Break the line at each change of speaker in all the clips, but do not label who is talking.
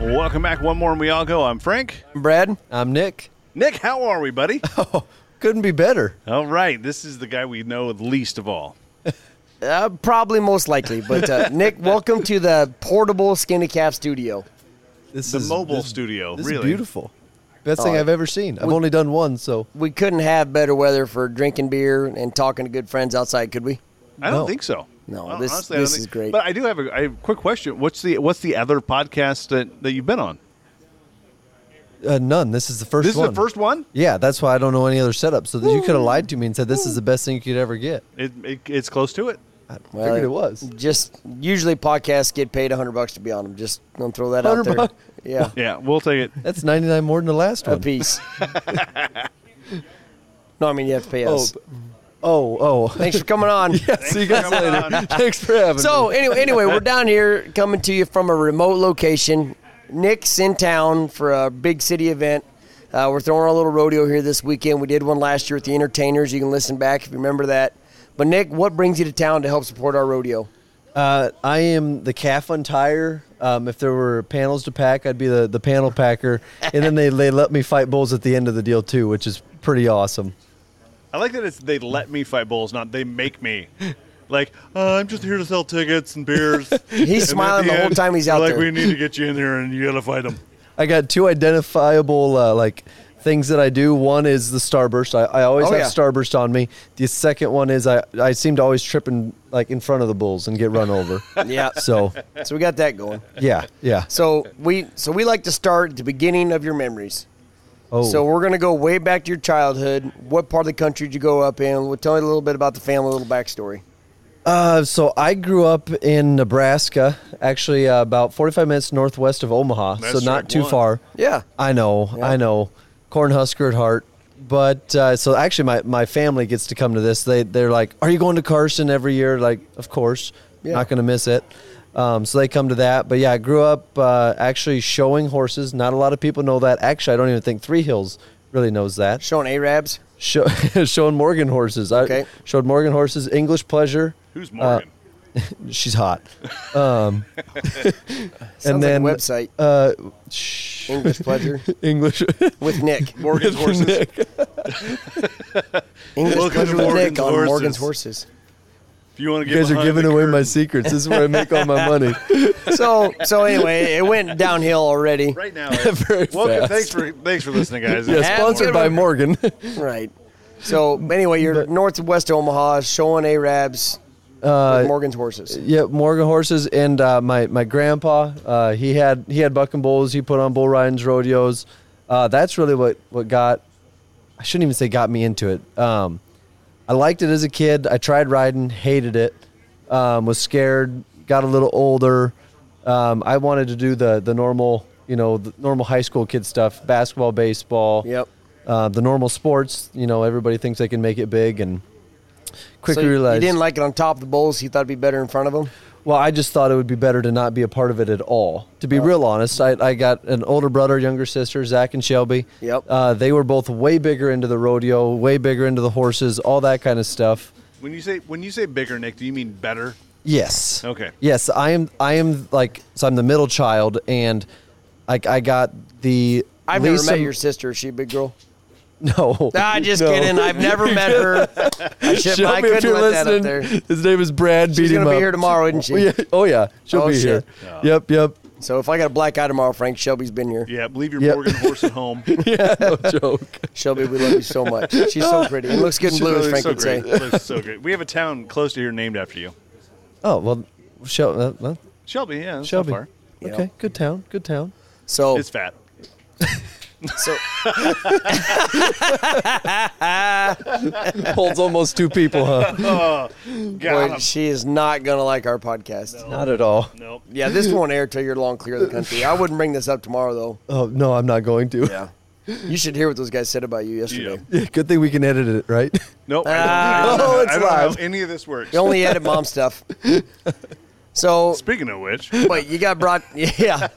Welcome back. One more and we all go. I'm Frank.
I'm Brad. I'm Nick.
Nick, how are we, buddy?
Couldn't be better.
all right. This is the guy we know least of all.
Uh, probably most likely, but uh, Nick, welcome to the portable skinny calf studio.
This
The
is
mobile
this-
studio,
This
really.
is beautiful. Best thing
Oh,
I've ever seen. I've only done one, so
We couldn't have better weather for drinking beer and talking to good friends outside, could we?
I don't
No.
think so.
No,
Hon-
this-
I don't
this is great.
But I do have a, I have a quick question. What's the what's the other podcast that, that you've been on?
uh, none. This is the first.
This is
one.
the first one.
Yeah, that's why I don't know any other setup. So that you could have lied to me and said this is the best thing you could ever get.
It, it, it's close to it.
I figured it was.
Just usually podcasts get paid hundred bucks to be on them. Just don't throw that out
100
there.
bucks?
Yeah,
Yeah, we'll take it.
That's ninety nine more than the last
a
one.
piece. no, I mean you have to pay
Oh,
us.
oh, oh.
Thanks for coming on.
See you guys
for coming
later.
on.
Thanks for having
So anyway, anyway, we're down here coming to you from a remote location. Nick's in town for a big city event. Uh, we're throwing our little rodeo here this weekend. We did one last year at the Entertainers. You can listen back if you remember that. But Nick, what brings you to town to help support our rodeo?
Uh, I am the calf untire. Um, if there were panels to pack, I'd be the, the panel packer. And then they, they let me fight bulls at the end of the deal, too, which is pretty awesome.
I like that it's they let me fight bulls, not they make me. Like uh, I'm just here to sell tickets and beers. And at
smiling the whole
end,
time he's
they're
out
like,
there.
we need to get you in there and you gotta fight them.
I got two identifiable uh, like things that I do. One is the starburst. I, I always
Oh,
have
yeah.
starburst on me. The second one is I, I seem to always trip in, like in front of the bulls and get run over.
Yeah.
so
So we got that going.
yeah, yeah.
So we so we like to start at the beginning of your memories.
Oh,
So we're gonna go way back to your childhood. What part of the country did you grow up in? Well, tell me a little bit about the family, a little backstory.
Uh, so I grew up in Nebraska, actually uh, about 45 minutes northwest of Omaha,
That's
so not
strike
too
one.
far.
Yeah.
I know,
Yeah.
I know, Cornhusker at heart. But uh, so actually, my, my family gets to come to this. They they're like, "Are you going to Carson every year?" Like, of course,
Yeah.
not going to miss it. Um, so they come to that. But yeah, I grew up uh, actually showing horses. Not a lot of people know that. Actually, I don't even think Three Hills really knows that
Showing Arabs.
show, showing Morgan horses. I
Okay.
showed Morgan horses English pleasure.
Who's Morgan?
She's hot. Um,
Sounds
then-
like a website. Oh.
Uh, shh,
English pleasure
English.
with Nick.
Morgan's horses.
English
Welcome
pleasure
to
with
Morgan's
Nick on
Horses.
Morgan's horses.
If you want to
You guys are giving away my secrets. This is where I make all my money.
So so anyway, it went downhill already.
right now.
Very
Welcome.
fast.
Thanks for thanks for listening, guys.
Yeah,
It's
Have
sponsored
good
by
one.
Morgan.
Right. So anyway, you're northwest Omaha showing Arabs with Morgan's horses.
yeah, Morgan horses and uh, my my grandpa. Uh, he had he had bucking bulls. He put on bull ridings, rodeos. Uh, that's really what what got. I shouldn't even say got me into it. Um, I liked it as a kid. I tried riding, hated it. Um, was scared. Got a little older. Um, I wanted to do the the normal, you know, the normal high school kid stuff: basketball, baseball.
Yep.
Uh, the normal sports. You know, everybody thinks they can make it big, and
So
quickly
you-
realized
you didn't like it on top of the bulls. You thought it'd be better in front of them.
well, I just thought it would be better to not be a part of it at all. To be real honest, I, I got an older brother, younger sister, Zach and Shelby.
Yep.
Uh, they were both way bigger into the rodeo, way bigger into the horses, all that kind of stuff.
When you say when you say bigger, Nick, do you mean better?
Yes.
Okay.
Yes, I am. I am like so. I'm the middle child, and like I got the.
I've
least
never met
am-
your sister. Is she a big girl?
No.
Nah, just
No.
kidding. I've never met her. I, should, I
Shelby, if
couldn't
you're
let that up
listening,
there.
his name is Brad.
She's
beat him
gonna be
up.
here tomorrow, isn't she?
Oh, yeah. Oh yeah, she'll
Oh,
be
shit.
here. Yep, yep.
So if I got a black eye tomorrow, Frank Shelby's been here.
Yeah, leave your
Yep.
Morgan horse at home.
Yeah, no joke.
Shelby, we love you so much. She's so pretty. It looks good in blue, as Frank
so
would
great.
say.
It's so great. We have a town close to here named after you,
Oh well, Shel- uh, well
Shelby. Yeah, that's
Shelby.
Not far.
Yeah.
Okay, good town, good town.
So
It's fat.
So
Holds almost two people, huh?
Got
boy,
him.
she is not gonna like our podcast.
Not at all.
Nope.
Yeah, this won't air till you're long clear of the country. I wouldn't bring this up tomorrow though.
Oh no, I'm not going to.
Yeah. You should hear what those guys said about you yesterday.
Yeah.
Yeah, Good thing we can edit it, right?
Nope. I don't, I don't
Oh,
know-
it's
I don't know
live.
how any of this works.
You only edit mom stuff. So
Speaking of which,
but you got brought yeah.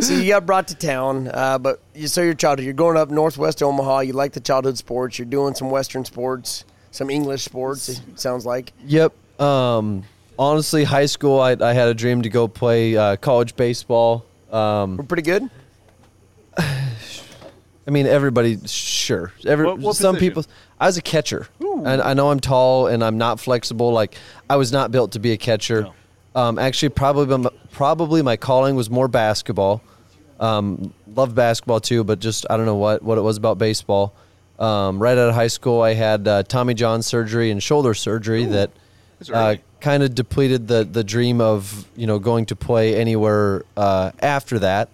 So you got brought to town. Uh, but you so your childhood, you're going up northwest Omaha, you like the childhood sports, you're doing some western sports, some English sports, it sounds like.
yep. Um, honestly, high school, I, I had a dream to go play uh, college baseball. Um,
We're pretty good.
I mean, everybody, sure. Every,
What- what
some
position?
people. I was a catcher, and I know I'm tall and I'm not flexible. Like I was not built to be a catcher. Um, actually, probably my, probably my calling was more basketball. Um, love basketball too, but just I don't know what what it was about baseball. Um, right out of high school, I had uh, Tommy John surgery and shoulder surgery that
that's
uh,
early.
kind of depleted the the dream of you know going to play anywhere uh, after that.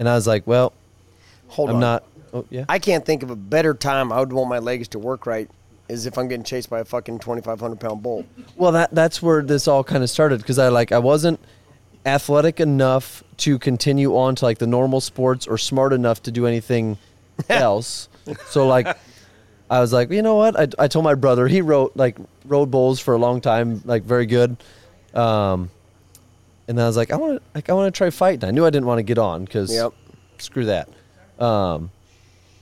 And I was like, well,
Hold
I'm
on.
not. Oh, yeah.
I can't think of a better time I would want my legs to work right is if I'm getting chased by a fucking 2,500 pound bull.
Well, that that's where this all kind of started because I like I wasn't athletic enough to continue on to like the normal sports or smart enough to do anything else. so like I was like, you know what? I, I told my brother he wrote like rode bowls for a long time, like very good. Um, and I was like, I want to like I want to try fighting. I knew I didn't want to get on because
Yep.
screw that. Um,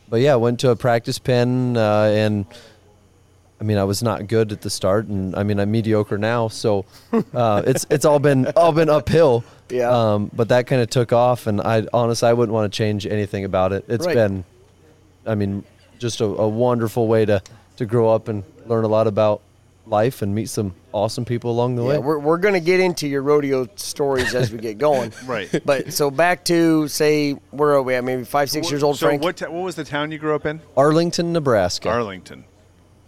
but yeah, I went to a practice pen uh, and. I mean, I was not good at the start, and I mean, I'm mediocre now. So uh, it's it's all been all been uphill.
Yeah.
Um, but that kind of took off, and I honestly I wouldn't want to change anything about it. It's
Right.
been, I mean, just a, a wonderful way to to grow up and learn a lot about life and meet some awesome people along the
Yeah,
way.
we're, we're going to get into your rodeo stories as we get going.
Right.
But so back to, say, where are we at? Maybe five, six years old,
So
Frank.
what? ta- what was the town you grew up in?
Arlington, Nebraska.
Arlington.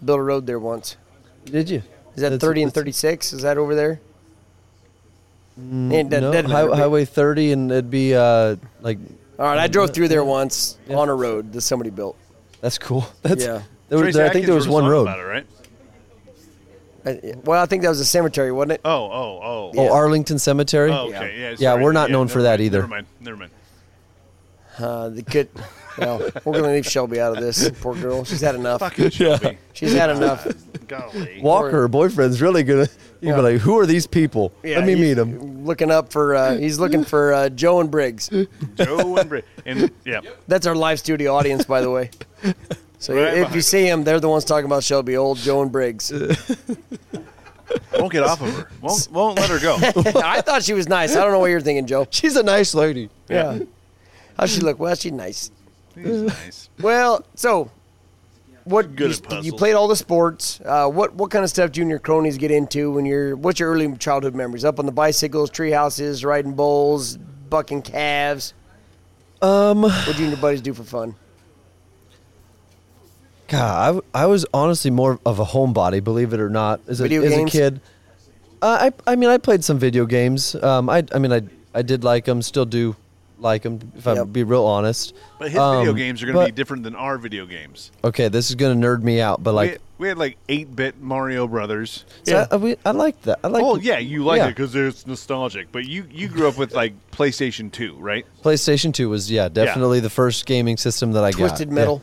Built a road there once.
Did you?
Is that
That's-
30 and
that's-
36? Is that over there? It doesn't-
Mm, No,
doesn't matter.
hi- Highway 30, and it'd be uh, like
All right, I drove through there once on a road that somebody built.
that's cool. That's
Yeah.
there was,
Trace
there, I
Atkins
think there was
wrote a
one
song
road.
About it, right?
Uh, Well, I think that was a cemetery, wasn't it?
Oh, oh, oh.
Oh,
Yeah.
Arlington Cemetery.
Oh, okay. Yeah,
Yeah,
sorry.
we're not known
never
for that
mind,
either.
Never mind. Never mind.
Uh, the kid. Well, we're gonna leave Shelby out of this. Poor girl. She's had enough.
Fucking Shelby.
She's had enough.
Golly.
Walker, her boyfriend's really gonna. You'd
Yeah.
be like, "Who are these people? Let me
he's
meet them."
Looking up for. Uh, he's looking for uh, Joe and Briggs.
Joe and Bri- And yeah.
That's our live studio audience, by the way. So
Right
if
behind
you
us.
see him, they're the ones talking about Shelby, old Joe and Briggs.
Won't get off of her. Won't won't let her go.
I thought she was nice. I don't know what you're thinking, Joe.
She's a nice lady.
Yeah. How she look? Well, she's nice.
He's nice.
Well, so what
Good
you,
at puzzles.
you played all the sports. Uh, what what kind of stuff do you and your cronies get into when you're? What's your early childhood memories? Up on the bicycles, tree houses, riding bulls, bucking calves. Um, what do you and your buddies do for fun?
God, I w- I, was honestly more of a homebody, believe it or not, as a,
Video
as a
games?
kid. Uh, I I mean, I played some video games. Um, I I mean, I I did like them, still do like them, if I
Yep.
be real honest.
But his video
Um,
games are going to be
but-
different than our video games.
Okay, this is gonna nerd me out, but
We
like,
had, we had like eight bit Mario Brothers.
so I, I, we, I liked that. I like.
Oh yeah, you like it 'cause it because it's nostalgic. But you you grew up with like PlayStation Two, right?
PlayStation Two was yeah definitely the first gaming system that I got.
Twisted
Yeah.
metal.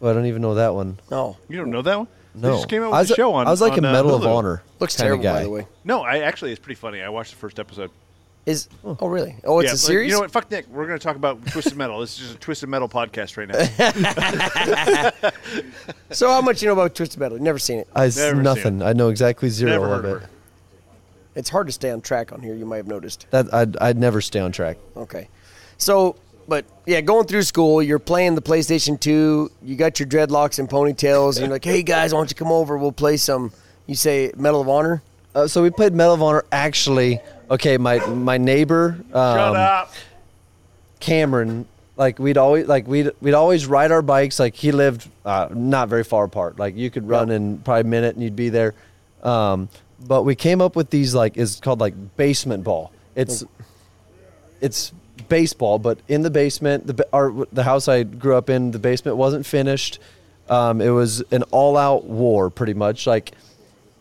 Well, I don't even know that one.
No,
You don't know that one?
No,
They just came out with
I was,
a show on.
I was like
on,
a
uh,
Medal of
Hulu.
Honor.
looks
kinda
terrible
guy.
by the way.
No, I actually it's pretty funny. I watched the first episode.
Is oh really? Oh, it's
Yeah,
a
like,
series.
You know what? Fuck Nick. We're going to talk about Twisted Metal. This is just a Twisted Metal podcast right now.
So how much you know about Twisted Metal? Never seen it.
I s-
Never seen
nothing. I know exactly zero
Never
of
heard
it.
of her.
It's hard to stay on track on here. You might have noticed.
That I'd, I'd never stay on track.
Okay. So, but yeah, going through school, you're playing the PlayStation 2, you got your dreadlocks and ponytails, and you're like, hey guys, why don't you come over? We'll play some, you say, Medal of Honor?
Uh, so we played Medal of Honor. Actually, okay, my my neighbor
Shut
um,
up.
Cameron, like we'd always like we'd we'd always ride our bikes. Like he lived uh, not very far apart. Like you could run in probably a minute and you'd be there. Um, but we came up with these like it's called like basement ball. It's it's baseball, but in the basement, the ba- our the house I grew up in, the basement wasn't finished. Um, it was an all-out war, pretty much. Like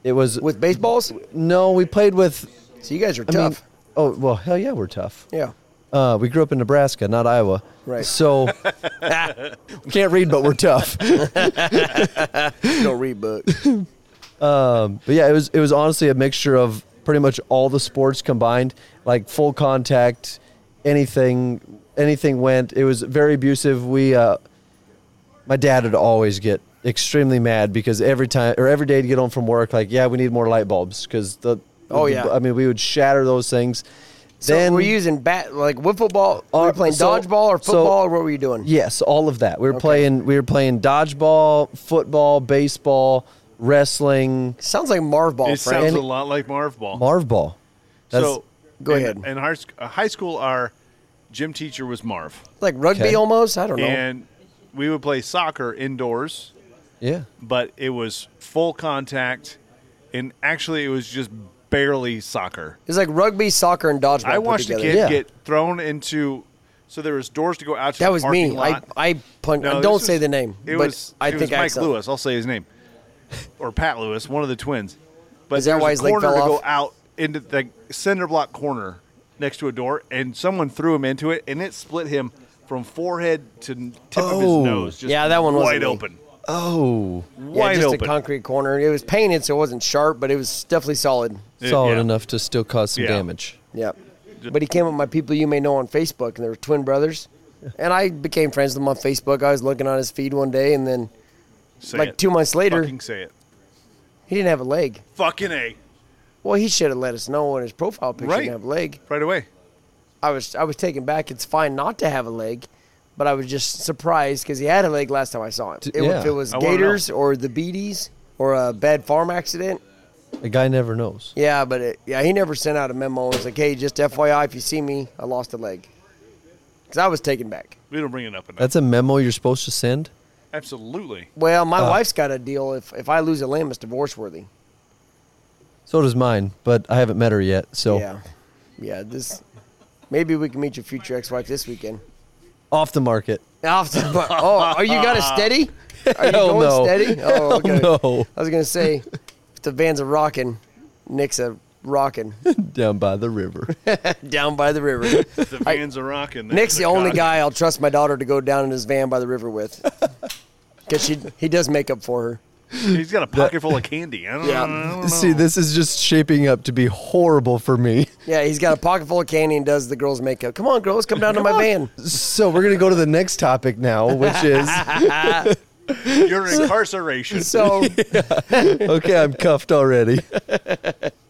it was.
With baseballs?
no, we played with.
So you guys are
I
tough.
mean, oh well, hell yeah, we're tough.
yeah.
Uh, we grew up in Nebraska, not Iowa.
Right.
So can't read, but we're tough.
Don't read books.
Um, But yeah, it was it was honestly a mixture of pretty much all the sports combined, like full contact, anything anything went. It was very abusive. We uh, my dad would always get extremely mad because every time or every day to get home from work, like yeah, we need more light bulbs because the
Oh,
the-
yeah.
I mean we would shatter those things.
So
Then-
we're using bat like what football? Were
Uh,
you playing
so-
dodgeball or
so-
football or what were you doing?
Yes, all of that. We were playing. We were playing dodgeball, football, baseball, wrestling,
Sounds like Marv ball,
It sounds
Frank.
a lot like Marv Ball.
Marv ball. That's,
so
Go
in-
ahead.
In high, sc- uh, high school, our gym teacher was Marv,
like rugby
Okay.
almost. I don't know.
and we would play soccer indoors,
yeah.
but it was full contact, and actually it was just barely soccer.
it's like rugby, soccer, and dodgeball.
I
put
watched a
together.
kid
Yeah.
get thrown into. So there was doors to go out to
That
the
was
parking
me. I
lot.
I pun-
No,
don't
this
say
was-
the name,
It
but
was,
I
it
think
was
I
Mike
saw-
Lewis. I'll say his name, or Pat Lewis, one of the twins. But
Is that
there was
why
a
his leg
corner
fell
to
off?
go out into the cinder block corner next to a door, and someone threw him into it, and it split him from forehead to n- tip of
Oh.
his nose. Just
Yeah, that one wasn't
wide
me.
open,
Oh,
Yeah,
wide
just
open.
a concrete corner. It was painted, so it wasn't sharp, but it was definitely solid.
Yeah,
solid
yeah.
enough to still cause some
Yeah.
damage.
Yeah. But he came with my people you may know on Facebook, and they were twin brothers. And I became friends with him on Facebook. I was looking on his feed one day, and then
Say
like
it.
two months later,
Fucking say it.
he didn't have a leg.
Fucking a.
Well, he should have let us know on his profile picture he
Right.
didn't have a leg.
Right away.
I was I was taken back. It's fine not to have a leg, but I was just surprised because he had a leg last time I saw him.
D-
It-
yeah.
If it was
I wanna know.
Gators or the Beaties or a bad farm accident,
A guy never knows.
yeah. But it, yeah, he never sent out a memo. It was like, hey, just FYI, if you see me, I lost a leg. Because I was taken back.
We don't bring it up enough.
That's a memo you're supposed to send.
Absolutely.
Well,
Uh.
my wife's got a deal. If if I lose a limb, it's divorce worthy.
So does mine, but I haven't met her yet. So
Yeah, yeah. This maybe we can meet your future ex-wife this weekend.
off the market.
Off the bu- oh, are you got a steady? Are you
Hell
going
no.
steady? Oh, okay.
no.
I was gonna say, if the van's a rocking, Nick's a rocking
Down by the river.
down by the river.
The vans are rocking.
Nick's the only
cock.
guy I'll trust my daughter to go down in his van by the river with, because she he does make up for her.
He's got a pocket full of candy. I don't,
Yeah.
I don't know.
See, this is just shaping up to be horrible for me.
Yeah, he's got a pocket full of candy and does the girls' makeup. Come on, girls, come down to my van.
So we're gonna go to the next topic now, which is
Your incarceration.
So.
okay. I'm cuffed already.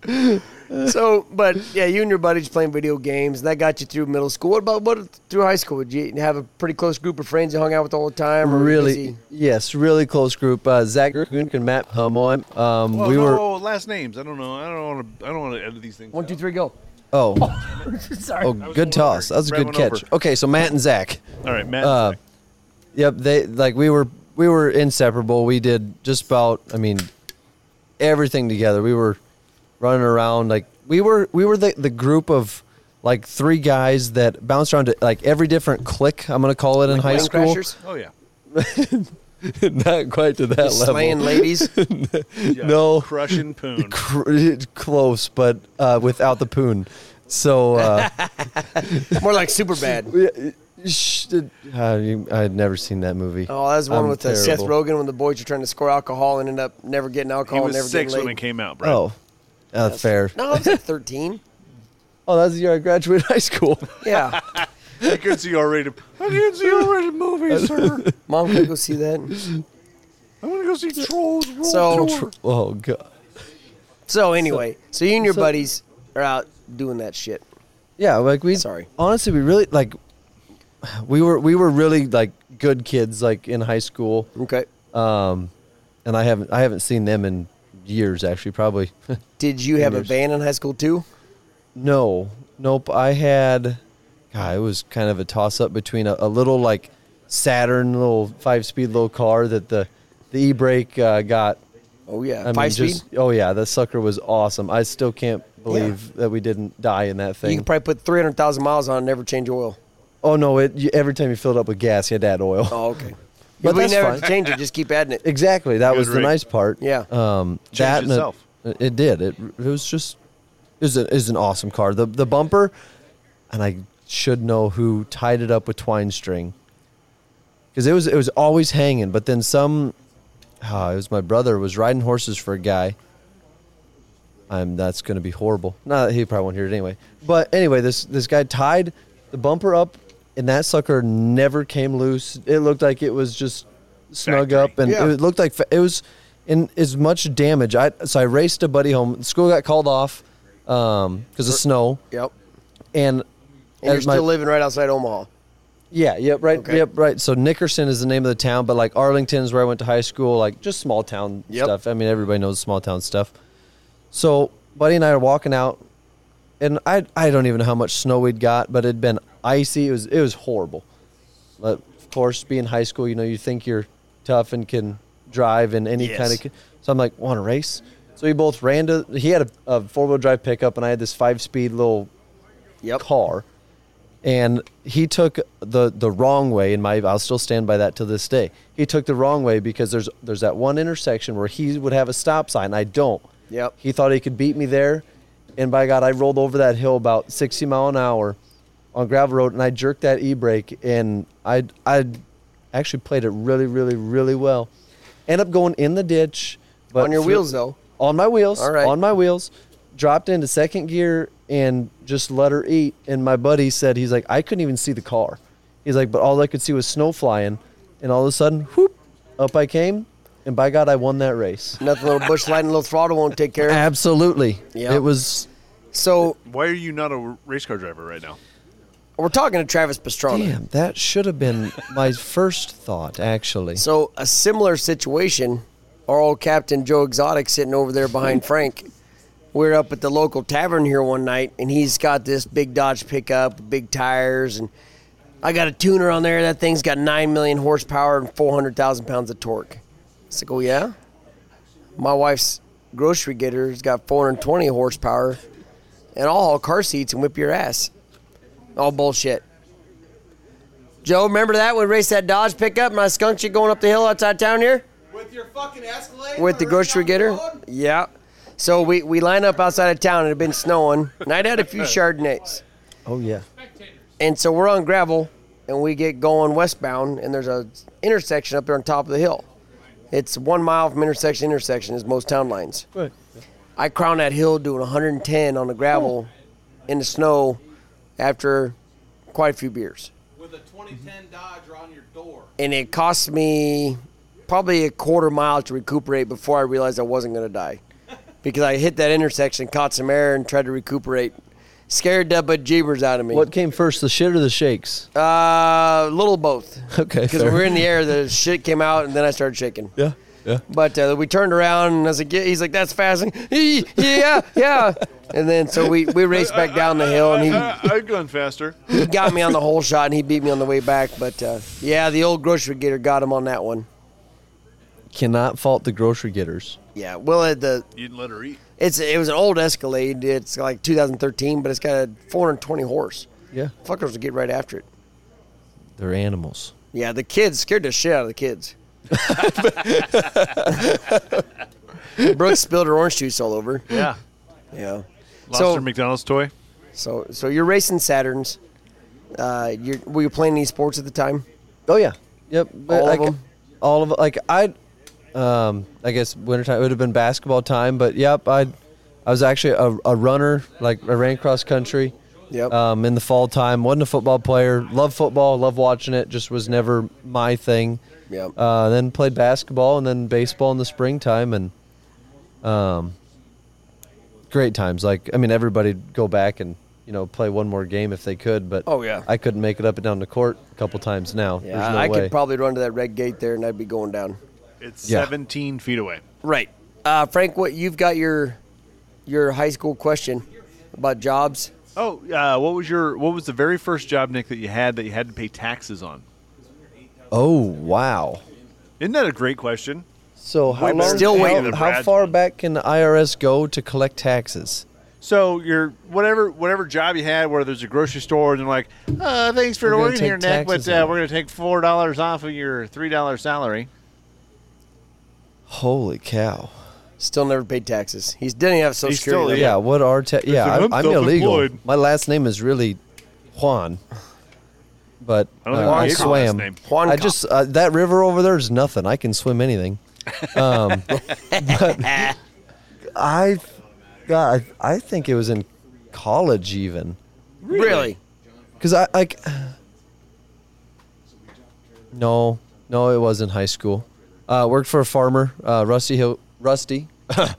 So, but yeah, you and your buddies playing video games, and that got you through middle school. What about what through high school? Did you have a pretty close group of friends you hung out with all the time? Or was
Really,
he-
yes, really close group. Uh, Zach Gunk and Matt Humoy. Um,
Well,
we
no,
were.
last names. I don't know. I don't want to. I don't want to edit these things.
one,
out.
two, three, go.
Oh,
Sorry.
oh,
was
good
going
toss.
over.
That was a
Brad went
good catch.
over.
Okay, so Matt and Zach.
All right, Matt.
Uh, Yep, they like we were we were inseparable. We did just about I mean everything together. We were running around like we were we were the, the group of like three guys that bounced around to like every different clique, I'm gonna call it in high
Wedding
school.
crashers?
oh yeah.
Not quite to that level.
Slaying ladies.
Yeah,
No.
Crush and poon.
Cr- close, but uh, without the poon. So uh,
More like super bad.
sh- uh, you- I had never seen that movie.
Oh, that was one
I'm
with uh, Seth
terrible.
Rogen when the boys were trying to score alcohol and end up never getting
He
alcohol. and
was
never
six
getting
when it
laid.
came out, bro.
Oh, uh, fair.
No, I was like 13.
Oh, that was the year I graduated high school.
Yeah.
I could see R-rated. I could see R-rated movies, sir.
Mom, can I go see that?
I want to go see Trolls. World
So-
Tour.
Oh god.
So, anyway, so you and your
So-
buddies are out doing that shit.
Yeah, like we
Sorry.
Honestly, we really like we were we were really like good kids like in high school.
Okay.
Um and I haven't I haven't seen them in years actually probably.
Did you have a
Years.
van in high school too?
no. Nope, I had God, it was kind of a toss up between a, a little like Saturn little 5-speed little car that the the e-brake uh, got
Oh yeah,
I mean,
five speed.
just oh yeah, that sucker was awesome. I still can't believe that we didn't die in that
You
thing.
could probably put 300,000 miles on and never change oil.
oh no, it you, every time you filled up with gas, you had to add oil.
Oh, okay.
But
But we
that's
never
fine.
change it. Just keep adding it.
Exactly. That
Good
was the
rig.
nice part.
Yeah.
Um,
Changed
that and it-
itself.
It, did. It, it was just it was, a, it was an awesome car. The the bumper, and I should know who tied it up with twine string because it was it was always hanging. But then some, ah, it was my brother was riding horses for a guy. I'm that's going to be horrible. No, he probably won't hear it anyway. But anyway, this this guy tied the bumper up, and that sucker never came loose. It looked like it was just snug
Factory.
up, and
Yeah.
it looked like fa- it was in as much damage. I so I raced a buddy home. School got called off because um, of snow
Yep.
and,
And you're
as my-
still living right outside Omaha.
yeah, yep, right,
Okay.
yep, right. So Nickerson is the name of the town, but like Arlington is where I went to high school, like just small town
Yep.
stuff. I mean, everybody knows small town stuff. So Buddy and I are walking out, and I I don't even know how much snow we'd got, but it'd been icy. It was it was horrible. But of course, being high school, you know, you think you're tough and can drive in any
Yes.
kind of. So I'm like, want to race? So we both ran to. He had a, a four wheel drive pickup, and I had this five speed little
Yep.
car and he took the the wrong way in my I'll still stand by that to this day. He took the wrong way because there's there's that one intersection where he would have a stop sign. I don't.
Yep.
He thought he could beat me there and by God I rolled over that hill about 60 mile an hour on gravel road and I jerked that e-brake and I I actually played it really really really well. End up going in the ditch but
On your
fl-
wheels, though.
on my wheels.
All right.
On my wheels. Dropped into second gear and just let her eat. And my buddy said, he's like, I couldn't even see the car. He's like, but all I could see was snow flying. And all of a sudden, whoop, up I came. And by God, I won that race.
Nothing, little bush light and little throttle won't take care of.
Absolutely.
Yeah.
It was,
So
Why are you not a race car driver right now?
we're talking to Travis Pastrana.
damn, that should have been my first thought, actually.
So a similar situation, our old captain Joe Exotic sitting over there behind Frank. We're up at the local tavern here one night, and he's got this big Dodge pickup, big tires, and I got a tuner on there. That thing's got nine million horsepower and four hundred thousand pounds of torque. It's like, oh yeah. My wife's grocery getter's got four hundred twenty horsepower, and I'll haul car seats and whip your ass. All bullshit. Joe, remember that? We raced that Dodge pickup and I skunked you going up the hill outside town here?
With your fucking Escalade?
with the
on
grocery
Rincon
getter.
Road?
Yeah. So we, we line up outside of town. It had been snowing, and I'd had a few chardonnays.
Oh, yeah.
And so we're on gravel, and we get going westbound, and there's a intersection up there on top of the hill. It's one mile from intersection to intersection is most town lines.
Right.
I crown that hill doing 110 on the gravel in the snow after quite a few beers.
With a 2010 Dodge on your door.
and it cost me probably a quarter mile to recuperate before I realized I wasn't going to die because I hit that intersection, caught some air, and tried to recuperate. Scared the but jeebers out of me.
What came first, the shit or the shakes?
Uh, little both.
Okay,
Because
fair.
we were in the air, the shit came out, and then I started shaking.
Yeah. Yeah.
But uh, we turned around, and I was like, yeah, he's like, that's fast. And, "Ee, yeah, yeah. And then so we, we raced back down the hill, and he
I, I've gone faster.
he got me on the whole shot and he beat me on the way back. But uh, yeah, the old grocery getter got him on that one.
Cannot fault the grocery getters.
Yeah, well, uh, the
You didn't let her eat.
it's it was an old Escalade. It's like 2013, but it's got a 420 horse.
Yeah.
Fuckers will get right after it.
They're animals.
Yeah, the kids scared the shit out of the kids. Brooke spilled her orange juice all over.
Yeah.
Yeah.
Lobster
so,
McDonald's toy.
so so you're racing Saturns. Uh, you're, were you playing any sports at the time?
Oh yeah. Yep. But
All of
like,
them?
All of like I, um, I guess wintertime it would have been basketball time, but yep, I, I was actually a, a runner. Like I ran cross country.
Yep.
Um, in the fall time, wasn't a football player. Love football. Love watching it. Just was never my thing.
Yep.
Uh, then played basketball and then baseball in the springtime and, um, great times. Like I mean, everybody'd go back and you know play one more game if they could, but
Oh, yeah.
I couldn't make it up and down the court a couple times now. There's
yeah,
no
I
way.
could probably run to that red gate there and I'd be going down.
It's
Yeah.
17 feet away.
Right. Uh, Frank, what you've got your your high school question about jobs?
Oh, uh, what was your what was the very first job, Nick, that you had that you had to pay taxes on?
Oh wow!
Isn't that a great question?
So how
Wait,
long?
still
how-
waiting
for
How,
Brad's
far
one.
back can the IRS go to collect taxes?
So your whatever whatever job you had, whether there's a grocery store, and they're like, uh, "Thanks for
We're gonna
ordering
take
here, Nick, but
taxes
uh,
on
we're going to take four dollars off of your three dollar salary."
Holy cow!
Still never paid taxes. He's didn't have social
He's
security.
still-
number.
Yeah, what are ta- yeah?
an
I'm, I'm illegal.
unself-employed.
My last name is really Juan, but
I don't
uh,
think
I
we gave you last
swam.
name.
Juan
I
Cop.
just uh, that river over there is nothing. I can swim anything. Um, but I, God, I, I think it was in college even.
really?
Because I like. No, no, it wasn't high school. Uh, worked for a farmer, uh, Rusty Hill, Rusty,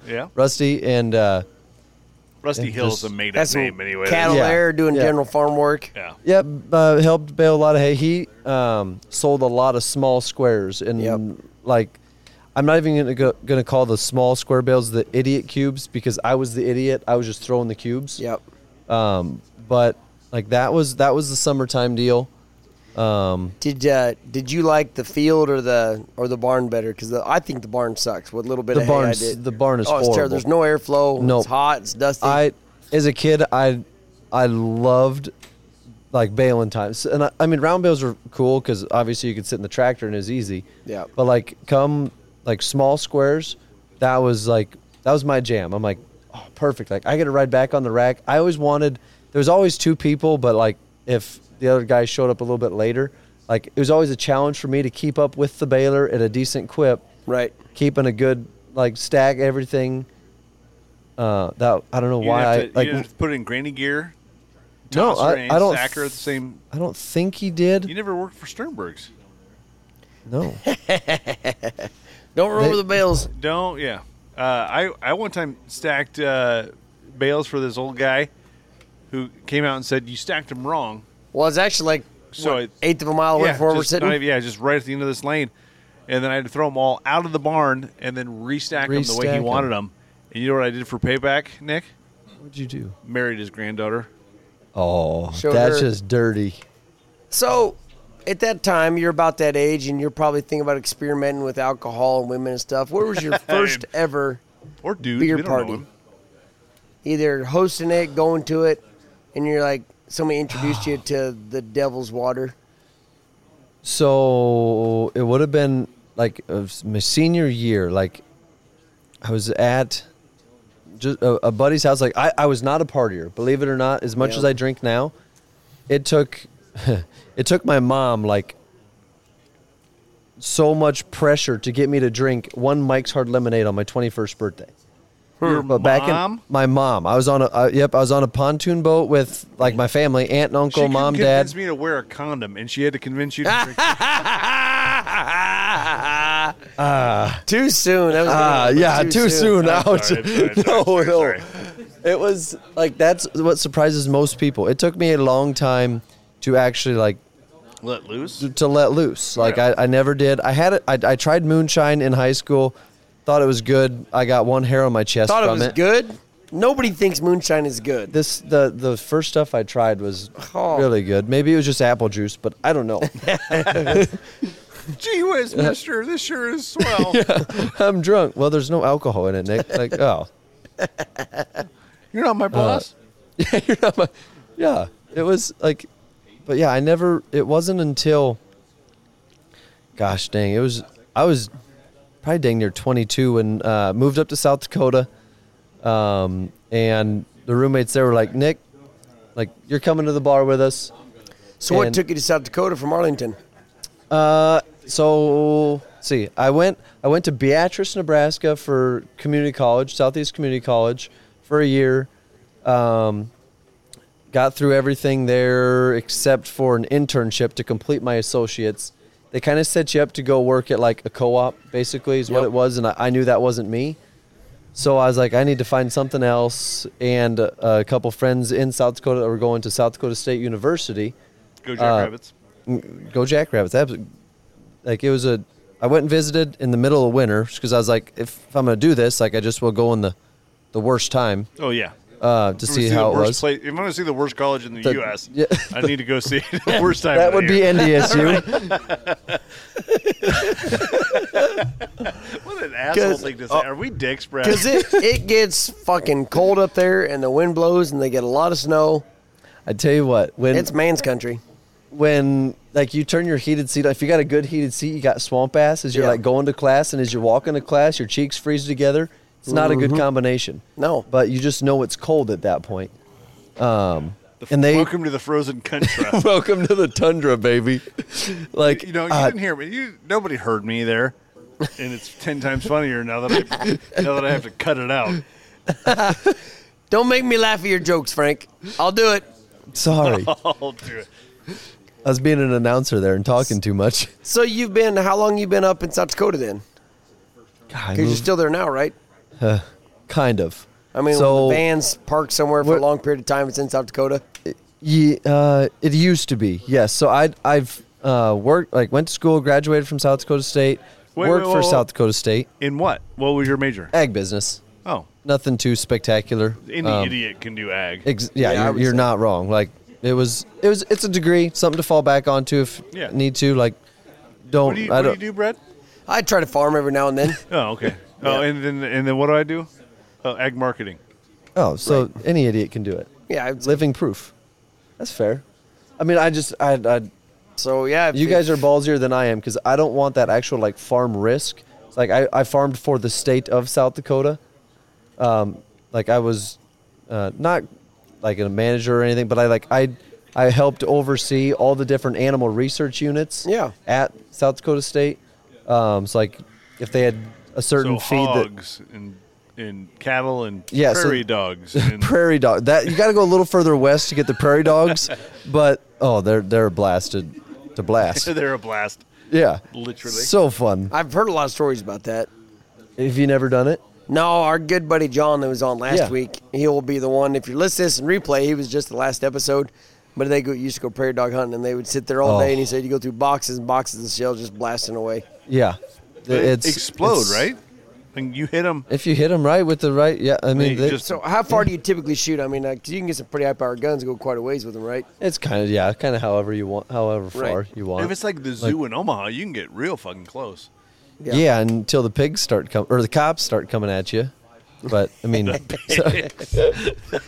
Yeah.
Rusty, and uh,
Rusty
And
Hill's
just-
a made up
That's some
name anyway.
cattle
Yeah.
there doing
Yeah.
general farm work.
Yeah.
Yep, uh, helped bail a lot of hay. He um, sold a lot of small squares, and
Yep.
like, I'm not even gonna go, gonna call the small square bales the idiot cubes because I was the idiot. I was just throwing the cubes.
Yep.
Um, but like that was that was the summertime deal.
Did uh, did you like the field or the or the barn better? Because I think the barn sucks. What little bit
The
of hay I
barn's-
did.
the barn is
oh, it's terrible.
horrible.
There's no airflow.
Nope.
It's hot. It's dusty.
I, as a kid, I, I loved like baling times, and I, I mean round bales were cool because obviously you could sit in the tractor and it was easy.
Yeah.
But like come like small squares, that was like that was my jam. I'm like, oh, perfect. Like I get to ride back on the rack. I always wanted. There was always two people, but like if the other guy showed up a little bit later, like it was always a challenge for me to keep up with the baler at a decent quip
right.
keeping a good like stack everything. Uh, that I don't know
You
why
didn't
I
have to,
like.
you didn't have to put in granny gear.
no,
Toss
I,
reins,
I don't.
Sacker at the same.
I don't think he
You
did.
never worked for Sternberg's.
No.
Don't remember
They-
the bales.
Don't yeah. Uh, I I one time stacked uh, bales for this old guy, who came out and said you stacked them wrong.
Well, it's actually like
So
what,
it-
eighth of a
Oh,
mile away
yeah,
from where we're
just not
sitting.
even- yeah, just right at the end of this lane, and then I had to throw them all out of the barn and then restack them the way
Restack
he
'em.
wanted them. And you know what I did for payback, Nick?
What'd you do?
Married his granddaughter.
Oh,
Showed
that's
her.
just dirty.
So, at that time, you're about that age, and you're probably thinking about experimenting with alcohol and women and stuff. Where was your first ever
Or dude,
Beer
we don't
party.
Know him.
either hosting it, going to it, and you're like somebody introduced you to the Devil's Water?
So it would have been like of my senior year. Like I was at just a, a buddy's house. Like I, I was not a partier. Believe it or not, as much
Yeah.
as I drink now, it took it took my mom like so much pressure to get me to drink one Mike's Hard Lemonade on my 21st birthday.
Your
Hmm. But back in
mom?
my mom, I was on a uh, yep, I was on a pontoon boat with like my family, aunt and uncle,
she
mom,
couldn't
dad.
convince me to wear a condom, and she had to convince you to drink.
Too soon. That was
Ah, yeah, too, soon.
I'm
Ouch.
sorry, I'm sorry,
no,
I'm sorry,
no.
sorry.
It was like that's what surprises most people. It took me a long time to actually like
Let loose.
to, to let loose. Like
Yeah.
I, I never did. I had it. I, I tried moonshine in high school. Thought it was good. I got one hair on my chest
Thought it
from
was good. Nobody thinks moonshine is good.
This the the first stuff I tried was
Oh.
really good. Maybe it was just apple juice, but I don't know.
Gee whiz, Mister, this sure is swell.
I'm drunk. Well, there's no alcohol in it, Nick. Like oh.
You're not my boss.
Uh, You're not my- yeah, it was like, but yeah, I never. It wasn't until, gosh dang, it was. I was probably dang near 22 and uh, moved up to South Dakota, um, and the roommates there were like, Nick, like you're coming to the bar with us.
so what
and-
took you to South Dakota from Arlington?
So let's see, I went I went to Beatrice, Nebraska for community college, Southeast Community College, for a year. Um, got through everything there except for an internship to complete my associates. They kind of set you up to go work at like a co-op, basically, is what
Yep.
it was, and I, I knew that wasn't me. So I was like, I need to find something else. And a, a couple friends in South Dakota that were going to South Dakota State University
Go
uh,
Jackrabbits.
go Jackrabbits. That was, like it was a. I went and visited in the middle of winter because I was like, if, if I'm gonna do this, like I just will go in the, the worst time
oh yeah.
uh, to
If I
see
the
how it
worst
was.
place- if I'm going to see the worst college in the,
The-
U.S.,
yeah.
I need to go see it the worst time.
That
of the
would be
year.
NDSU.
What an asshole
'Cause-
thing to say. Are we dicks, Brad?
Because it, it gets fucking cold up there, and the wind blows, and they get a lot of snow.
I tell you what, when
It's man's country.
when like you turn your heated seat, if you got a good heated seat, you got swamp ass. As you're
Yeah.
like going to class, and as you're walking to class, your cheeks freeze together. It's not a good combination.
No.
but you just know it's cold at that point.
The f-
and they- Oh
welcome to the frozen country.
Welcome to the tundra, baby. like
you know, you
uh,
didn't hear me. You nobody heard me there, and it's ten times funnier now that I now that I have to cut it out.
Don't make me laugh at your jokes, Frank. I'll do it.
sorry.
I'll do it.
I was being an announcer there and talking too much.
So you've been how long you been up in South Dakota then?
God, I Mm.
Because you're
moved-
still there now, right?
kind of.
I mean,
So-
when the van's parked somewhere for a
What-
long period of time. It's in South Dakota.
Ye, uh, it used to be, yes. So I, I've uh, worked, like, went to school, graduated from South Dakota State,
Wait,
worked
wait,
for
wait,
South Dakota State,
In what? What was your major?
ag business.
Oh,
Nothing too spectacular.
any
Um,
idiot can do ag.
Ex- yeah,
Yeah, I
you're,
would
you're
say.
not wrong. Like it was, it was, it's a degree, something to fall back onto if
Yeah.
need to. Like, don't
what do you,
I
what do,
don't
you do, Brett?
I try to farm every now and then.
Oh, okay. Oh, and then and then what do I do? Oh, ag marketing.
Oh, so any idiot can do it.
yeah. I would say-
Living proof. That's fair. I mean, I just, I, I
So yeah, if
you guys are ballsier than I am because I don't want that actual like farm risk. It's like I, I farmed for the state of South Dakota. Um, like I was uh, not like a manager or anything, but I like I I helped oversee all the different animal research units.
Yeah.
At South Dakota State, um, so like if they had a certain
So
feed that
hogs and and cattle and
Yeah, so-
prairie dogs. And,
prairie dog. That you got to go a little further west to get the prairie dogs, but oh, they're they're blasted to blast.
they're a blast.
Yeah,
Literally.
so fun.
I've heard a lot of stories about that.
Have you never done it?
No, our good buddy John that was on last
Yeah.
week, he will be the one. If you listen to this in replay, he was just the last episode. But they go, used to go prairie dog hunting, and they would sit there all
Oh.
day. And he said you go through boxes and boxes of shells just blasting away.
Yeah,
They
it's
explode,
it's-
right? And you hit them.
If you hit them right with the right, yeah, I mean,
you
they-
just-
So how far do you typically shoot? I mean, like, 'cause you can get some pretty high powered guns and go quite a ways with them, right?
it's kind of yeah, kind of however you want, however
Right.
far you want.
If it's like the zoo in Omaha, you can get real fucking close.
yeah. until the pigs start coming or the cops start coming at you. But I mean,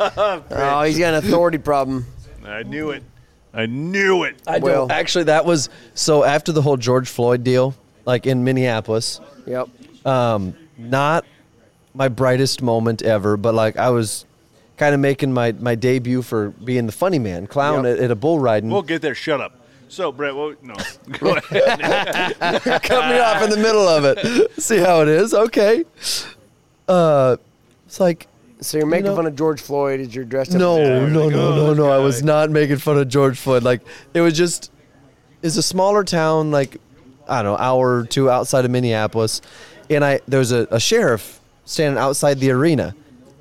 Oh, he's got an authority problem.
I knew it. I knew it.
I
Well-
don't actually. That was so after the whole George Floyd deal, like in Minneapolis.
Yep.
not my brightest moment ever, but like I was kind of making my, my debut for being the funny man clown
Yep.
at, at a bull riding.
We'll get there. Shut up. So, Brett, what, no. Go ahead.
cut me off in the middle of it. See how it is. Okay. Uh, it's like
So you're making
know-
fun of George Floyd as you're dressed up.
no,
Yeah,
no,
like,
no,
oh,
no,
this
no. I
guy.
was not making fun of George Floyd. Like it was just is a smaller town, like I don't know, hour or two outside of Minneapolis, and I there was a, a sheriff standing outside the arena,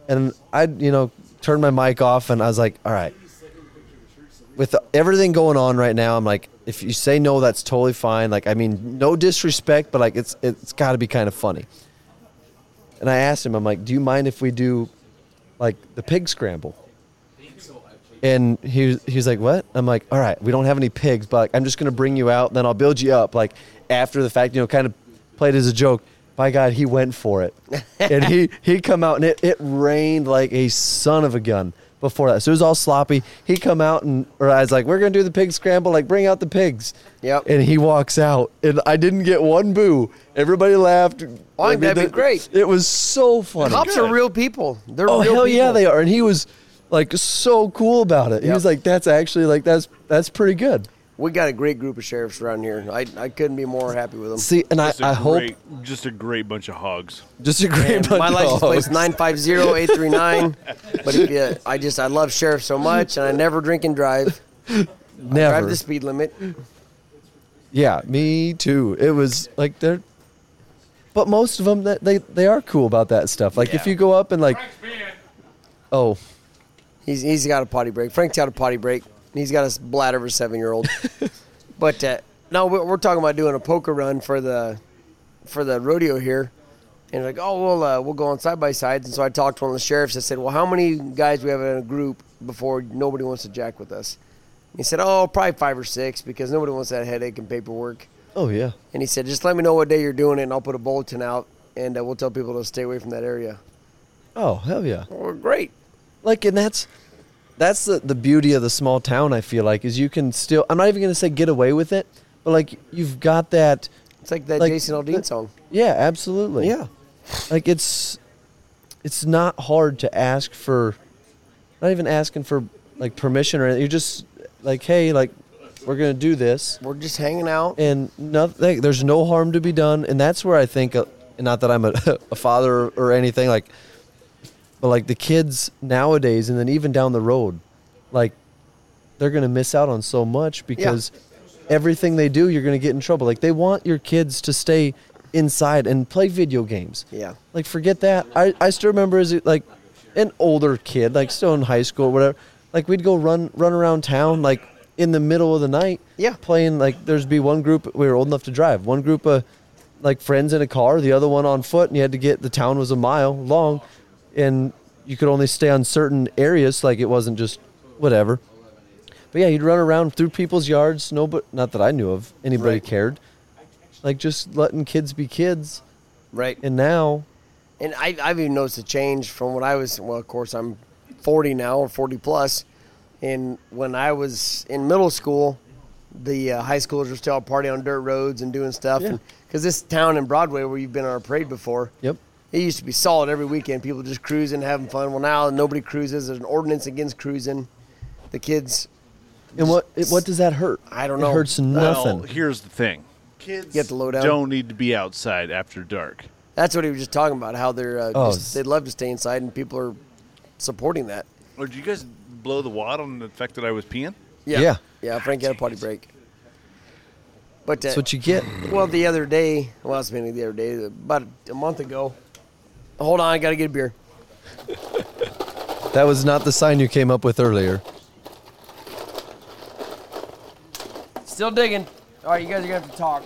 and I you know turned my mic off and I was like, all right, with everything going on right now, I'm like, if you say no, that's totally fine. Like I mean, no disrespect, but like it's it's got to be kind of funny. And I asked him, I'm like, do you mind if we do like the pig scramble? And he was, he was like, "What?" I'm like, "All right, we don't have any pigs, but I'm just gonna bring you out, and then I'll build you up." Like after the fact, you know, kind of played as a joke. By God, he went for it, and he he come out and it it rained like a son of a gun before that. So it was all sloppy. He come out and or I was like, "We're gonna do the pig scramble. Like bring out the pigs."
Yep.
And he walks out, and I didn't get one boo. Everybody laughed.
I think that'd be
that-
great.
It was so funny.
Cops are real people. They're
Oh
real
hell
people.
yeah, they are. And he was like so cool about it. He
Yep.
was like, "That's actually like that's that's pretty good."
We got a great group of sheriffs around here. I, I couldn't be more happy with them.
See, and I,
Just a
I hope
great- Just a great bunch of hogs.
just a great
And
bunch
my
of
license plate's
hogs.
950839. but if you, I just I love sheriff so much, and I never drink and drive. Drive
Never.
the speed limit.
Yeah, me too. It was like they're, but most of them that they they are cool about that stuff. Like if
Yeah.
you go up and like, oh,
He's he's got a potty break. Frank's got a potty break. He's got a s- bladder of a seven year old. but uh, no, we- we're talking about doing a poker run for the for the rodeo here. And like, oh, we'll uh, we'll go on side by sides. And so I talked to one of the sheriffs. I said, well, how many guys we have in a group before nobody wants to jack with us? He said, oh, probably five or six because nobody wants that headache and paperwork.
oh yeah,
And he said, just let me know what day you're doing it, and I'll put a bulletin out, and uh, we'll tell people to stay away from that area.
oh hell yeah.
Well, great.
like and that's that's the, the beauty of the small town i feel like is you can still i'm not even going to say get away with it but like you've got that
It's like that
Like,
Jason Aldean
th-
song.
yeah absolutely
Yeah.
like it's it's not hard to ask for not even asking for like permission or anything. you're just like hey like we're going to do this
We're just hanging out.
and nothing there's no harm to be done and that's where i think uh, and not that i'm a, a father or anything like but like the kids nowadays and then even down the road like they're gonna miss out on so much because everything they do you're gonna get in trouble like they want your kids to stay inside and play video games
Yeah.
like forget that i i still remember as a- like an older kid, like still in high school or whatever, like we'd go run run around town like in the middle of the night.
Yeah.
Playing like there's be one group we were old enough to drive. One group of like friends in a car, the other one on foot, and you had to get the town was a mile long and you could only stay on certain areas like it wasn't just whatever. But yeah, you'd run around through people's yards, no but not that I knew of anybody
Right.
cared. Like just letting kids be kids.
Right.
And now
And I, I've even noticed a change from when I was, well, of course, I'm 40 now or 40 plus. And when I was in middle school, the uh, high schoolers were still out partying on dirt roads and doing stuff.
Yeah.
Because this town in Broadway where you've been on a parade before,
Yep.
it used to be solid every weekend. People just cruising, having fun. Well, now nobody cruises. There's an ordinance against cruising. The kids,
And what it, what does that hurt?
I don't
It
know.
hurts nothing.
Well, here's the thing. Kids
Get the lowdown.
don't need to be outside after dark.
that's what he was just talking about, how they're, uh,
Oh,
just,
s-
they love to stay inside and people are supporting that.
Or Oh, did you guys blow the wad on the fact that I was peeing?
Yeah.
Yeah.
Frank had a party break. But uh,
That's what you get.
well, the other day, well, it's been the other day, about a month ago. Hold on, I gotta get a beer.
That was not the sign you came up with earlier.
Still digging. All right, you guys are gonna have to talk.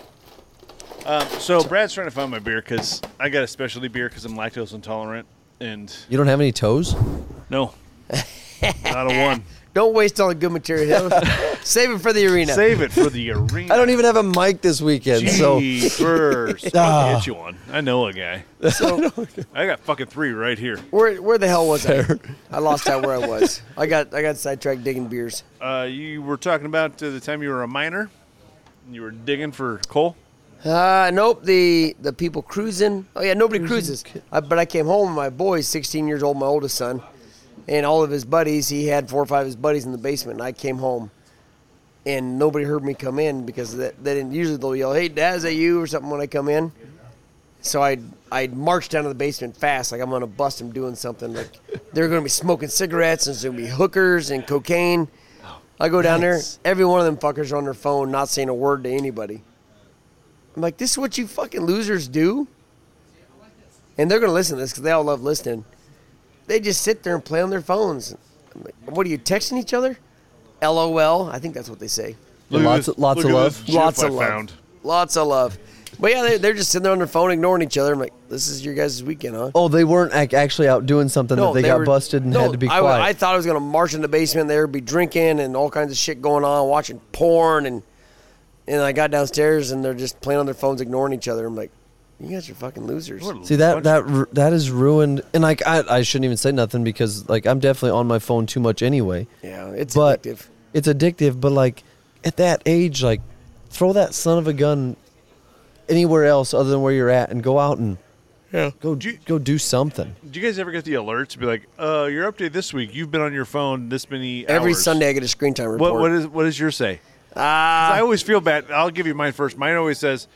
Um, so Brad's trying to find my beer because I got a specialty beer because I'm lactose intolerant. And
You don't have any toes?
no, not a one.
Don't waste all the good material. Save it for the arena.
Save it for the arena.
I don't even have a mic this weekend. So
Jeepers. I'll
Ah.
get you one. I know a guy. I got fucking three right here.
Where where the hell was I? I lost out where I was. I got I got sidetracked digging beers.
Uh, you were talking about uh, the time you were a miner. and You were digging for coal.
Uh, nope. The the people cruising. Oh yeah, nobody cruises. I, but I came home. and My boy's 16 years old. My oldest son, and all of his buddies. He had four or five of his buddies in the basement. And I came home, and nobody heard me come in because that they didn't. Usually they'll yell, "Hey, Dad, is that you?" or something when I come in. So I I marched down to the basement fast, like I'm gonna bust them doing something. Like they're gonna be smoking cigarettes and there's gonna be hookers and cocaine. I go down
nice.
there. Every one of them fuckers are on their phone, not saying a word to anybody. I'm like, this is what you fucking losers do. And they're gonna listen to this because they all love listening. They just sit there and play on their phones. I'm like, what are you texting each other? LOL. I think that's what they say.
Look at
lots
this-
of- lots
look
of
at
love.
this gif
Lots
I
of love.
found.
Lots of love. But yeah, they're, they're just sitting there on their phone ignoring each other. I'm like, this is your guys' weekend, huh?
Oh, they weren't ac- actually out doing something that they, got
were-
busted and
no,
had to be
I,
quiet.
I thought I was going to march in the basement there, be drinking and all kinds of shit going on, watching porn. And and I got downstairs and they're just playing on their phones, ignoring each other. I'm like, you guys are fucking losers.
What a
See that
bunch
that ru- that is ruined, and like I, I shouldn't even say nothing because like I'm definitely on my phone too much anyway.
Yeah, it's
but
addictive.
it's addictive. But like at that age, like throw that son of a gun anywhere else other than where you're at, and go out and
Yeah.
go
Do you-
go do something.
Do you guys ever get the alerts? Be like, uh, your update this week. You've been on your phone this many
Every
hours.
Sunday I get a screen time report.
What what is what is your say?
Ah,
I always feel bad. I'll give you mine first. Mine always says,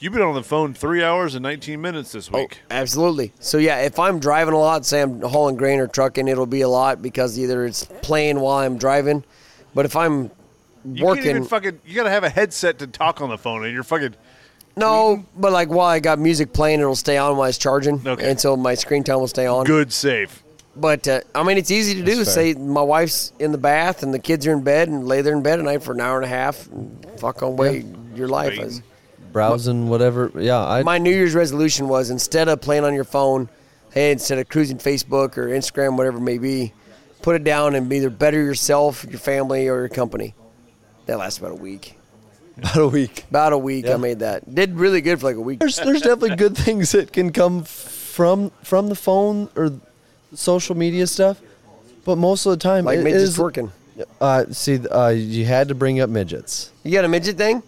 "You've been on the phone three hours and 19 minutes this
Oh,
week."
absolutely. So yeah, if I'm driving a lot, say I'm hauling grain or trucking, it'll be a lot because either it's playing while I'm driving, but if I'm
you
working,
can't even fucking. You gotta have a headset to talk on the phone, and you're fucking.
no, but like while I got music playing, it'll stay on while it's charging,
Okay.
and so my screen time will stay on.
Good save.
But uh, I mean, it's easy to do.
That's
Say
fair.
my wife's in the bath and the kids are in bed, and lay there in bed at night for an hour and a half. And fuck on way your life.
Right.
is.
Browsing, whatever. Yeah, I
my New Year's resolution was instead of playing on your phone, hey, instead of cruising Facebook or Instagram, whatever it may be, put it down and either better yourself, your family, or your company. That lasts about a week.
about a week.
About a week, I
Yeah.
made that. Did really good for like a week.
There's there's definitely good things that can come from from the phone or social media stuff, but most of the time
Like
it
midgets
is-
twerking.
Uh, see, uh, you had to bring up midgets.
You got a midget thing?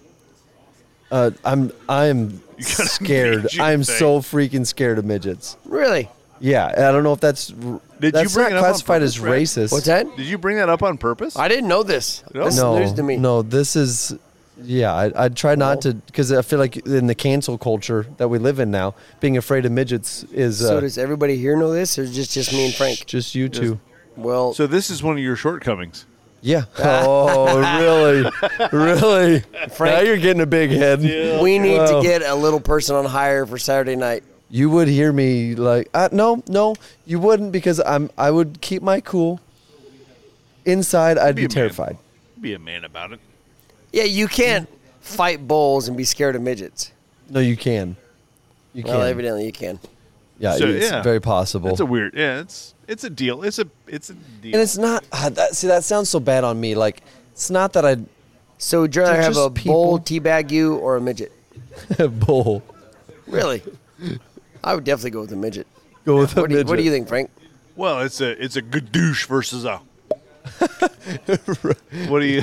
Uh, I'm I'm
got a
scared.
midget
I'm
thing.
so freaking scared of midgets.
Really?
Yeah, and I don't know if that's r-
Did you
that's
bring it
not
up on
classified
purpose,
as
Brad?
racist.
What's that?
Did you bring that up on purpose?
I didn't know this.
No.
This is
No,
news to me.
no, this is. Yeah, I, I try not to because I feel like in the cancel culture that we live in now, being afraid of midgets is uh,
So does everybody here know this, or just just me and Frank?
just you two.
Well,
so this is one of your shortcomings.
Yeah. Oh, really? Really? Frank, now you're getting a big head.
we need to
Wow.
get a little person on hire for Saturday night.
you would hear me like, uh, no, no, you wouldn't because I'm. I would keep my cool. Inside, I'd be,
a man.
terrified.
Be a man about it.
Yeah, you can't fight bulls and be scared of midgets.
No, you can. You can.
Well, evidently you can.
yeah,
So,
it's
yeah.
very possible.
It's a weird. Yeah, it's it's a deal. It's a it's a deal.
and it's not. Uh, that, see, that sounds so bad on me. Like, it's not that I'd
So would you rather
They're
have a
just
bull teabag you or a midget?
bull
Really? I would definitely go with a midget.
go with a
What do, you, what do you
midget.
think, Frank?
well, it's a it's a gadoosh versus a. what do you?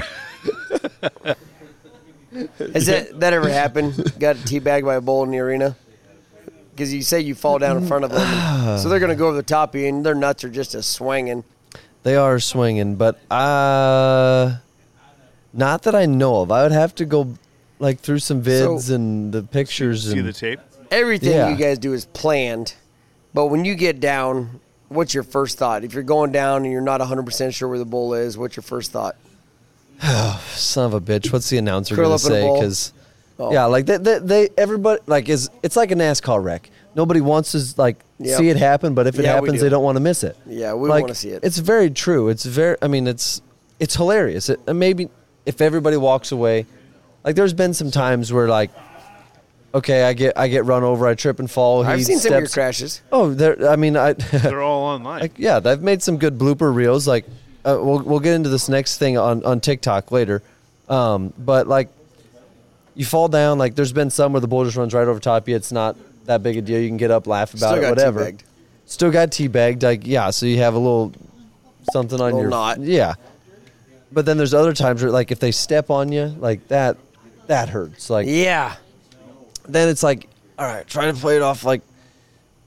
Has that that ever happened? Got teabagged by a bull in the arena? Because you say you fall down in front of them, so they're going to go over the top of you, and their nuts are just a swinging.
They are swinging, but uh, not that I know of. I would have to go like through some vids
So-
and the pictures
See
and
the tape.
Everything
Yeah.
you guys do is planned, but when you get down, what's your first thought? If you're going down and you're not 100 percent sure where the bull is, what's your first thought?
son of a bitch. What's the announcer
Curl
gonna
up in a
say?
ball. Oh.
Because yeah, like they, they, they, everybody like is it's like a NASCAR wreck. Nobody wants to like
Yeah.
see it happen, but if it
Yeah, we
happens,
do.
they don't want to miss it.
Yeah, we
Like,
wanna see it.
It's very true. It's very. I mean, it's it's hilarious. It, and maybe if everybody walks away, like there's been some times where like, okay, I get I get run over, I trip and fall.
I've
he
seen some of your
steps-
crashes.
Oh, there. I mean, I.
They're all online.
like yeah, they've made some good blooper reels. Like uh, we'll we'll get into this next thing on on TikTok later, um, but like you fall down. Like there's been some where the bull just runs right over top of you. It's not that big a deal. You can get up, laugh about
Still
it,
got
whatever.
teabagged.
Still got teabagged. Like yeah, so you have a little something on
Little
your
knot.
Yeah, but then there's other times where like if they step on you like that, that hurts. Like
Yeah,
then it's like all right, trying to play it off like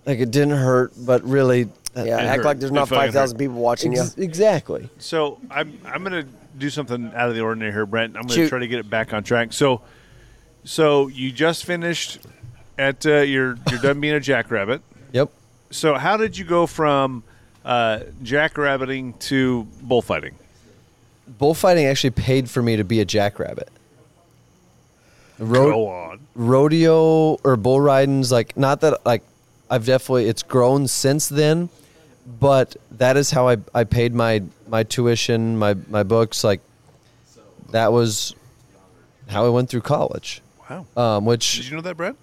like it didn't hurt, but really. that-
yeah.
It
Act
hurt.
like there's
It
not
fucking hurt.
5,000 people watching you.
Ex- Exactly.
So I'm I'm gonna do something out of the ordinary here, Brent. I'm gonna
Shoot.
try to get it back on track. So, so you just finished at uh, you're you're done being a jackrabbit.
Yep.
So how did you go from uh, jackrabbiting to bullfighting?
Bullfighting actually paid for me to be a jackrabbit. Ro-
Go on.
rodeo or bull riding's like not that like I've definitely it's grown since then, but that is how I, I paid my my tuition, my my books like that was how I went through college.
Wow.
Um,
did
which
you know that, Brent?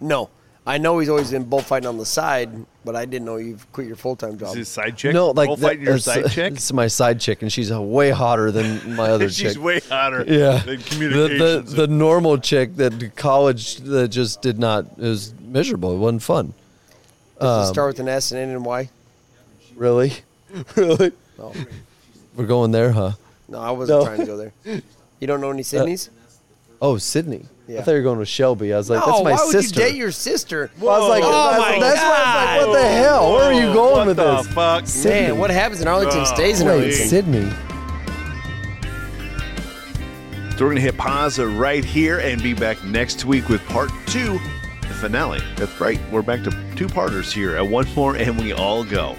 No, I know he's always been bullfighting on the side, but I didn't know you've quit your full time
Is
job.
this side chick?
no like
bullfighting your
that's-
side chick.
It's my side chick, and she's way hotter than my other
She's
chick.
way hotter.
Yeah.
Than
The,
communications.
the, the normal chick that college that just did not it was miserable. It wasn't fun.
Um,
Does it start with an S and end in Y?
Really? really?
No,
We're going there, huh?
no, I wasn't
No. Uh,
trying to go there. You don't know any Sydney's?
Oh, Sydney.
Yeah.
I thought you were going with Shelby. I was like, that's
no,
my
Oh, why
sister.
would you date your sister?
Well, I was like,
Whoa.
that's,
Oh my
that's why I was like, what the
God.
hell? Where are you
Whoa,
going
what
with
the
this?
Fuck?
Sydney.
Man, what happens in Arlington
Oh,
stays in
wait,
Wait,
Arlington.
Sydney.
So we're going to hit pause right here and be back next week with part two, the finale. That's right. We're back to two parters here at One More and We All Go.